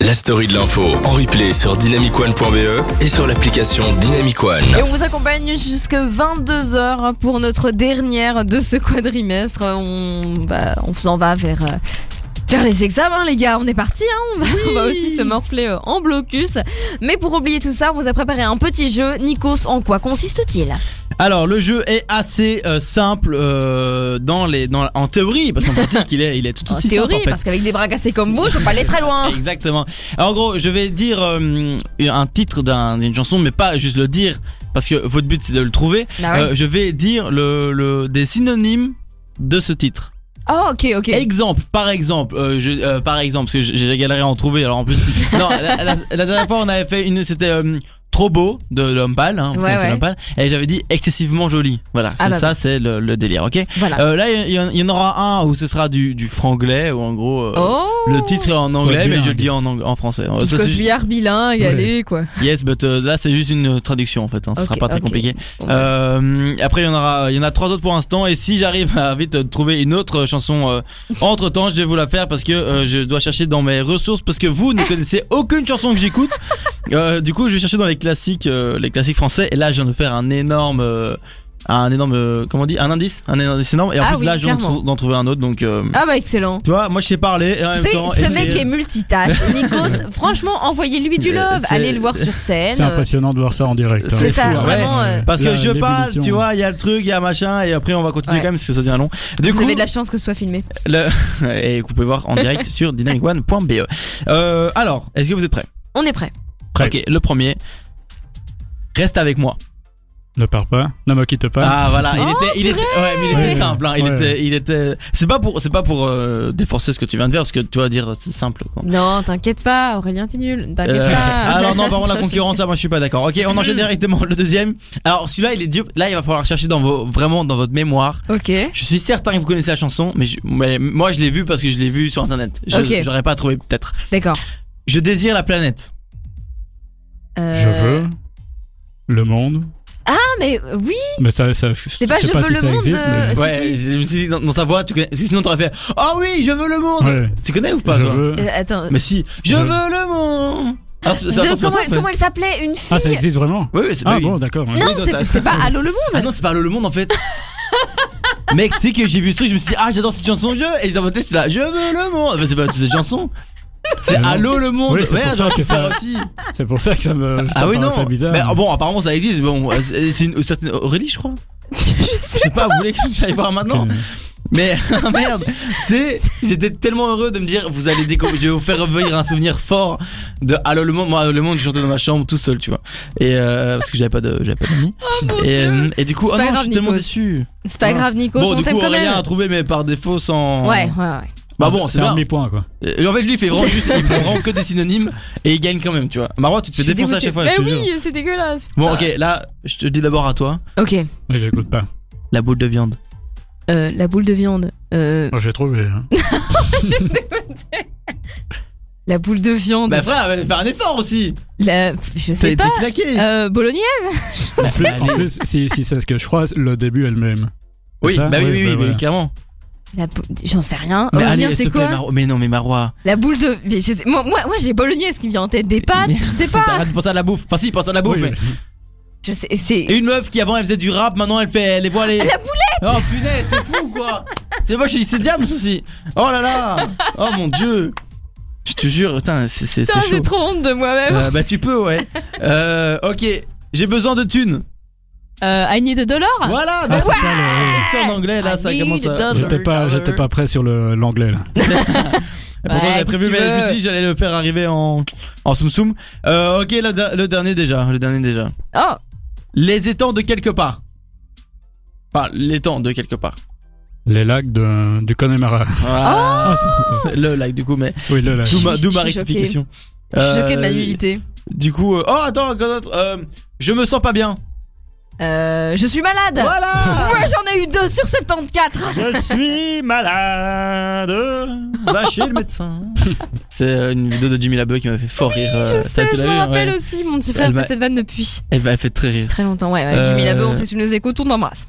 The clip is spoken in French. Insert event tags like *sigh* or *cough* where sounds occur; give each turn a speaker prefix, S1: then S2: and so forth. S1: la story de l'info en replay sur dynamicone.be E et sur l'application Dynamicone.
S2: Et on vous accompagne jusqu'à 22h pour notre dernière de ce quadrimestre. On, bah, on s'en va vers, euh, vers les examens, les gars. On est parti, hein. on, va, on va aussi se morfler euh, en blocus. Mais pour oublier tout ça, on vous a préparé un petit jeu. Nikos, en quoi consiste-t-il
S3: Alors le jeu est assez euh, simple euh, dans les dans, en
S2: *laughs*
S3: théorie parce qu'en pratique il est il est tout
S2: En
S3: aussi
S2: théorie,
S3: simple en fait. Euh,
S2: parce qu'avec des bras cassés comme vous, je peux pas aller très loin.
S3: Exactement. Alors, en gros, je vais dire euh, un titre d'un- d'une chanson, mais pas juste le dire, parce que votre but c'est de le trouver.
S2: Ah ouais.
S3: Euh, je vais dire le, le- des synonymes de ce titre.
S2: Oh, ok, ok.
S3: Exemple, par exemple, euh, je, euh, par exemple, parce que j'ai j'ai galéré à en trouver. Alors en plus, *laughs* non, la, la- la dernière fois on avait fait une, c'était euh, trop beau de l'homme pâle, hein, vous
S2: Ouais,
S3: connaissez
S2: ouais.
S3: l'homme pâle, et j'avais dit excessivement joli. Voilà,
S2: Ah
S3: c'est
S2: bah
S3: ça, c'est le, le délire, ok.
S2: Voilà.
S3: Euh, là, il y, en- il y en aura un où ce sera du, du franglais ou en gros. euh,
S2: oh
S3: le titre est en anglais,
S4: Ouais,
S3: mais je le
S4: bilingue.
S3: dis en, ang- en français. Euh,
S2: Parce
S3: Ça,
S2: que
S3: c'est-
S2: je suis art bilingue,
S4: Ouais.
S2: allez, quoi.
S3: yes, but euh, là c'est juste une traduction en fait. Hein, ce
S2: Ok,
S3: sera pas très
S2: ok.
S3: compliqué.
S2: Bon, bah.
S3: Euh, après il y en aura, il y en a trois autres pour l'instant. Et si j'arrive à vite euh, trouver une autre chanson entre temps, je vais vous la faire parce que euh, je dois chercher dans mes ressources parce que vous ne connaissez aucune chanson que j'écoute. Euh, du coup, je vais chercher dans les classiques, euh, les classiques français. Et là, je viens de faire un énorme. euh, un énorme, euh, comment on dit, un indice, un indice énorme. Et en
S2: Ah
S3: plus
S2: oui,
S3: là, je viens d'en
S2: clairement.
S3: trou- d'en trouver un autre. Donc, euh,
S2: Ah bah excellent.
S3: tu vois, moi je sais parler. Et euh, en
S2: Tu
S3: même
S2: sais,
S3: temps,
S2: ce mec
S3: écrire.
S2: est multitâche.
S3: *laughs*
S2: Nikos, franchement, envoyez-lui du
S3: Euh,
S2: love.
S3: c'est-
S2: Allez le voir sur scène.
S4: C'est impressionnant de voir ça en direct.
S2: euh, C'est
S4: hein.
S2: ça,
S4: Ouais.
S2: vraiment. euh,
S3: Parce que
S4: La-
S3: je parle,
S4: l'ébullition.
S3: tu vois, il y a le truc, il y a machin, et après on va continuer
S2: Ouais.
S3: quand même parce que ça devient long. Du
S2: vous
S3: coup,
S2: avez de la chance que ce soit filmé.
S3: le- *laughs* et vous pouvez voir en direct sur dynamicone.be. Euh, alors, est-ce que vous êtes prêts
S2: On est prêt.
S4: Prêt.
S3: Ok, le premier. Reste avec moi.
S4: Ne pars pas. Ne me quitte pas.
S3: Ah voilà, il
S2: Oh,
S3: était, il était, ouais, mais il était
S4: Ouais.
S3: simple. hein, il
S4: Ouais.
S3: était, il était. C'est pas pour, c'est pas pour euh, déforcer ce que tu viens de faire, parce que tu vas dire c'est simple. Quoi.
S2: Non, t'inquiète pas, Aurélien, t'es nul. T'inquiète
S3: Euh,
S2: pas. Mm.
S3: alors non,
S2: *laughs*
S3: par contre la concurrence, ah, moi je suis pas d'accord. Ok, on enchaîne directement le deuxième. Alors celui-là, il est dur. Là, il va falloir chercher dans vos, vraiment dans votre mémoire.
S2: Ok.
S3: Je suis certain que vous connaissez la chanson, mais, je- mais moi je l'ai vue parce que je l'ai vue sur internet. Je-
S2: Ok.
S3: J'aurais pas trouvé peut-être.
S2: D'accord.
S3: Je désire la planète.
S2: Euh,
S4: Je veux le monde.
S2: Ah mais oui,
S4: Mais ça, ça je sais
S2: pas
S4: pas,
S2: je veux
S4: si
S2: le
S4: ça
S2: monde,
S4: existe.
S2: euh,
S4: mais-
S2: si,
S3: ouais,
S2: si.
S3: je me suis dit dans, dans sa voix, tu connais, parce que sinon t'aurais fait Oh oui, je veux le monde
S4: Ouais.
S3: Tu connais ou pas
S4: je
S3: toi
S4: veux...
S2: euh, attends.
S3: Mais si, je
S4: Je-
S3: veux le monde Ah, c'est-
S2: De-
S3: ça ressemble
S2: comment,
S3: à ça, en
S2: elle,
S3: fait.
S2: comment elle s'appelait Une
S4: Ah, ça
S2: fille
S4: existe vraiment
S3: Oui, oui, c'est
S4: Ah
S3: oui.
S4: bon, d'accord. ouais.
S2: Non,
S3: Oui, non,
S2: c'est-
S3: t'as-
S2: c'est pas Allô le
S3: Ah
S2: monde *laughs*
S3: non, c'est par le monde en fait Mec, tu sais que j'ai vu ce truc, je me suis dit, ah, j'adore cette chanson, je. Et dans ma tête, j'étais là, je veux le monde Enfin, c'est pas toute cette chanson C'est
S4: Ah
S3: Allô le monde
S4: Oui, c'est pour
S3: Merde,
S4: ça
S3: j'aurais
S4: que
S3: pu
S4: ça-
S3: faire aussi
S4: C'est pour ça que ça me. ça
S3: Ah oui,
S4: me paraissait
S3: non.
S4: bizarre.
S3: Mais ah bon, apparemment ça existe. Bon, euh, c'est c'est une certaine Aurélie, je crois.
S2: Je sais.
S3: Je sais pas, vous voulez que j'aille voir maintenant
S4: Ok.
S3: Mais *laughs* ah, merde, tu sais, j'étais tellement heureux de me dire, vous allez découvrir, je vais vous faire revenir un souvenir fort de Allô le monde. Moi, Allô, le monde, je chantais dans ma chambre tout seul, tu vois. Et euh, parce que j'avais pas de, j'avais pas d'amis. et,
S2: Oh, Dieu.
S3: euh, et du coup,
S2: C'est
S3: oh
S2: pas
S3: non, je
S2: grave,
S3: suis tellement
S2: Nico.
S3: déçu.
S2: C'est pas grave, Nikos,
S3: Bon,
S2: on
S3: du coup,
S2: t'aime quand
S3: Aurélien
S2: même.
S3: a trouvé, mais par défaut, sans.
S2: Ouais, ouais, ouais.
S3: Bah bon, c'est
S4: un
S3: bien.
S4: demi-point quoi.
S3: Et En fait, lui, il fait vraiment juste, il prend vraiment que des synonymes et il gagne quand même, tu vois. Marois, tu te fais
S2: Je suis
S3: défoncer à
S2: dégoûtée.
S3: chaque fois,
S2: Mais
S3: je te jure.
S2: oui, c'est dégueulasse.
S3: Bon, ok,
S2: putain.
S3: là, je te dis d'abord à toi,
S2: Ok.
S4: Mais j'écoute pas.
S3: la boule de viande.
S2: Euh, la boule de viande. Euh,
S4: Moi j'ai
S2: *laughs*
S4: trouvé. hein.
S2: la boule de viande.
S3: Bah frère, fais un effort aussi
S2: La- Je
S3: T'as
S2: sais
S3: été
S2: pas.
S3: claqué Bah,
S2: Euh, bolognaise
S4: En plus, en plus, si, si c'est ce que je crois, le début est le même. c'est
S3: Oui,
S4: ça
S3: bah oui,
S4: Oui,
S3: oui,
S4: bah
S3: oui,
S4: voilà.
S3: mais clairement.
S2: La bou- J'en sais rien.
S3: Mais
S2: Bolognaise,
S3: allez, s'il
S2: c'est
S3: te plaît,
S2: quoi
S3: Maro. Mais non, mais Marois.
S2: La boule de. mais je sais- Moi, moi, moi, j'ai bolognaise qui me vient en tête. Des pâtes,
S3: Mais-
S2: je sais pas.
S3: Arrête de penser à la bouffe. Enfin, si, pense à la bouffe.
S4: Oui,
S3: mais-
S2: Je sais. C'est.
S3: Et une meuf qui avant elle faisait du rap, maintenant elle fait les voiles.
S2: La
S3: boulette Oh punaise, c'est fou quoi Je sais pas, je suis c'est diable ce souci. Oh là là Oh mon dieu Je te jure, putain, c'est c'est- c'est
S2: Putain,
S3: chaud.
S2: j'ai trop honte de moi-même. Euh,
S3: Euh, bah tu peux, ouais. Euh, ok, j'ai besoin de thunes.
S2: Euh, Agnès de Dolores
S3: Voilà,
S4: Ah,
S3: merci.
S4: c'est ça, le-
S3: C'est en anglais là,
S2: I
S3: ça
S2: need
S3: commence
S2: a
S3: à. *laughs*
S2: dollar.
S4: J'étais pas, j'étais pas prêt sur le- l'anglais là.
S3: Et Pourtant,
S2: Ouais,
S3: j'avais prévu,
S2: qu'est-ce que tu
S3: mais je me
S2: veux
S3: suis dit, j'allais le faire arriver en, en soum soum. Euh, ok, le, de- le dernier déjà, le dernier déjà.
S2: Oh
S3: Les étangs de quelque part. Enfin, l'étang de quelque part.
S4: Les lacs de, du Connemara.
S3: Voilà.
S4: Ah, c'est-
S3: C'est le like du coup, mais
S4: oui, le lac.
S3: d'où ma,
S2: suis-
S3: d'où
S2: Ah, je
S3: ma
S2: suis
S3: rectification.
S2: Je suis choquée de ma
S3: Euh,
S2: nullité.
S3: Du coup, euh, oh attends, encore d'autres, euh, je me sens pas bien.
S2: Euh, je suis malade
S3: Voilà.
S2: *laughs* Ouais, j'en ai eu deux sur 74
S3: Je suis malade. Va chez le médecin. *laughs* C'est euh, une vidéo de Jimmy LaBeouf qui m'a fait fort rire. euh,
S2: Je
S3: t'as-
S2: sais,
S3: t'as
S2: je
S3: la
S2: me
S3: vu,
S2: rappelle
S3: ouais.
S2: aussi. Mon petit frère
S3: Elle m'a-
S2: fait cette vanne depuis
S3: Elle m'a fait très rire.
S2: très longtemps. Ouais, ouais. Jimmy
S3: Euh,
S2: Labeu, on sait que tu nous écoutes, on t'embrasse.